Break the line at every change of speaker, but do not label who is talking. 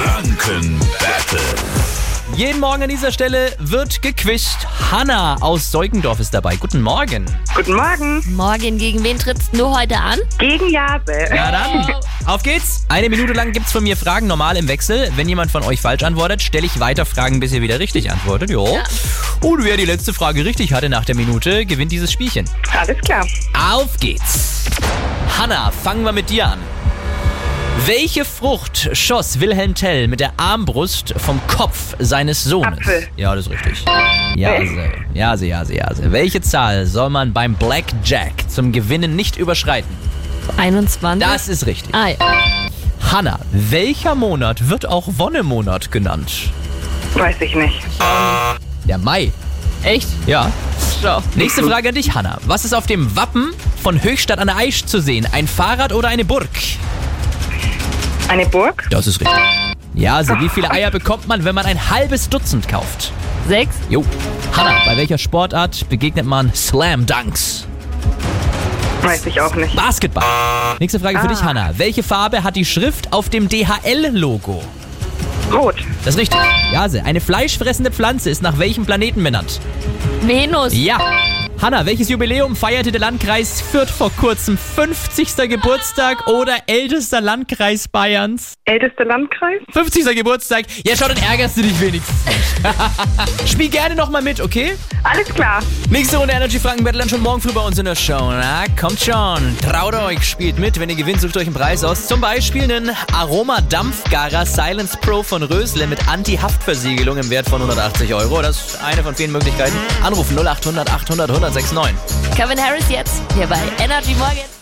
Franken Battle.
Jeden Morgen an dieser Stelle wird gequischt. Hanna aus Seugendorf ist dabei. Guten Morgen.
Guten Morgen.
Morgen, gegen wen trittst du heute an?
Gegen Jabe.
Na dann, auf geht's. Eine Minute lang gibt's von mir Fragen normal im Wechsel. Wenn jemand von euch falsch antwortet, stelle ich weiter Fragen, bis ihr wieder richtig antwortet. Jo. Und wer die letzte Frage richtig hatte nach der Minute, gewinnt dieses Spielchen.
Alles klar.
Auf geht's. Hanna, fangen wir mit dir an. Welche Frucht schoss Wilhelm Tell mit der Armbrust vom Kopf seines Sohnes?
Apfel.
Ja, das ist richtig. Jase, Jase, Jase, Jase. Welche Zahl soll man beim Blackjack zum Gewinnen nicht überschreiten?
21.
Das ist richtig.
Ah, ja.
Hanna, welcher Monat wird auch Wonnemonat genannt?
Weiß ich nicht.
Der Mai.
Echt?
Ja. Nächste Frage an dich, Hanna. Was ist auf dem Wappen von Höchstadt an der Aisch zu sehen? Ein Fahrrad oder eine Burg?
Eine Burg?
Das ist richtig. Ja, so wie viele Eier bekommt man, wenn man ein halbes Dutzend kauft?
Sechs?
Jo. Hanna, bei welcher Sportart begegnet man Slam Dunks?
Weiß ich auch nicht.
Basketball. Nächste Frage für dich, Hanna. Welche Farbe hat die Schrift auf dem DHL-Logo?
Rot.
Das ist richtig. Jase, eine fleischfressende Pflanze ist nach welchem Planeten benannt?
Venus?
Ja. Hanna, welches Jubiläum feierte der Landkreis Fürth vor kurzem? 50. Geburtstag oder ältester Landkreis Bayerns?
Ältester Landkreis?
50. Geburtstag. Ja, schau, dann ärgerst du dich wenigstens. nicht. Spiel gerne nochmal mit, okay?
Alles klar.
Nächste Runde Energy Franken Battle dann schon morgen früh bei uns in der Show. Na, kommt schon. Traut euch, spielt mit. Wenn ihr gewinnt, sucht euch einen Preis aus. Zum Beispiel einen Aroma Dampfgarer Silence Pro von Rösle mit Anti-Haftversiegelung im Wert von 180 Euro. Das ist eine von vielen Möglichkeiten. Anrufen 0800 800 1069.
Kevin Harris jetzt, hier bei Energy Morgan.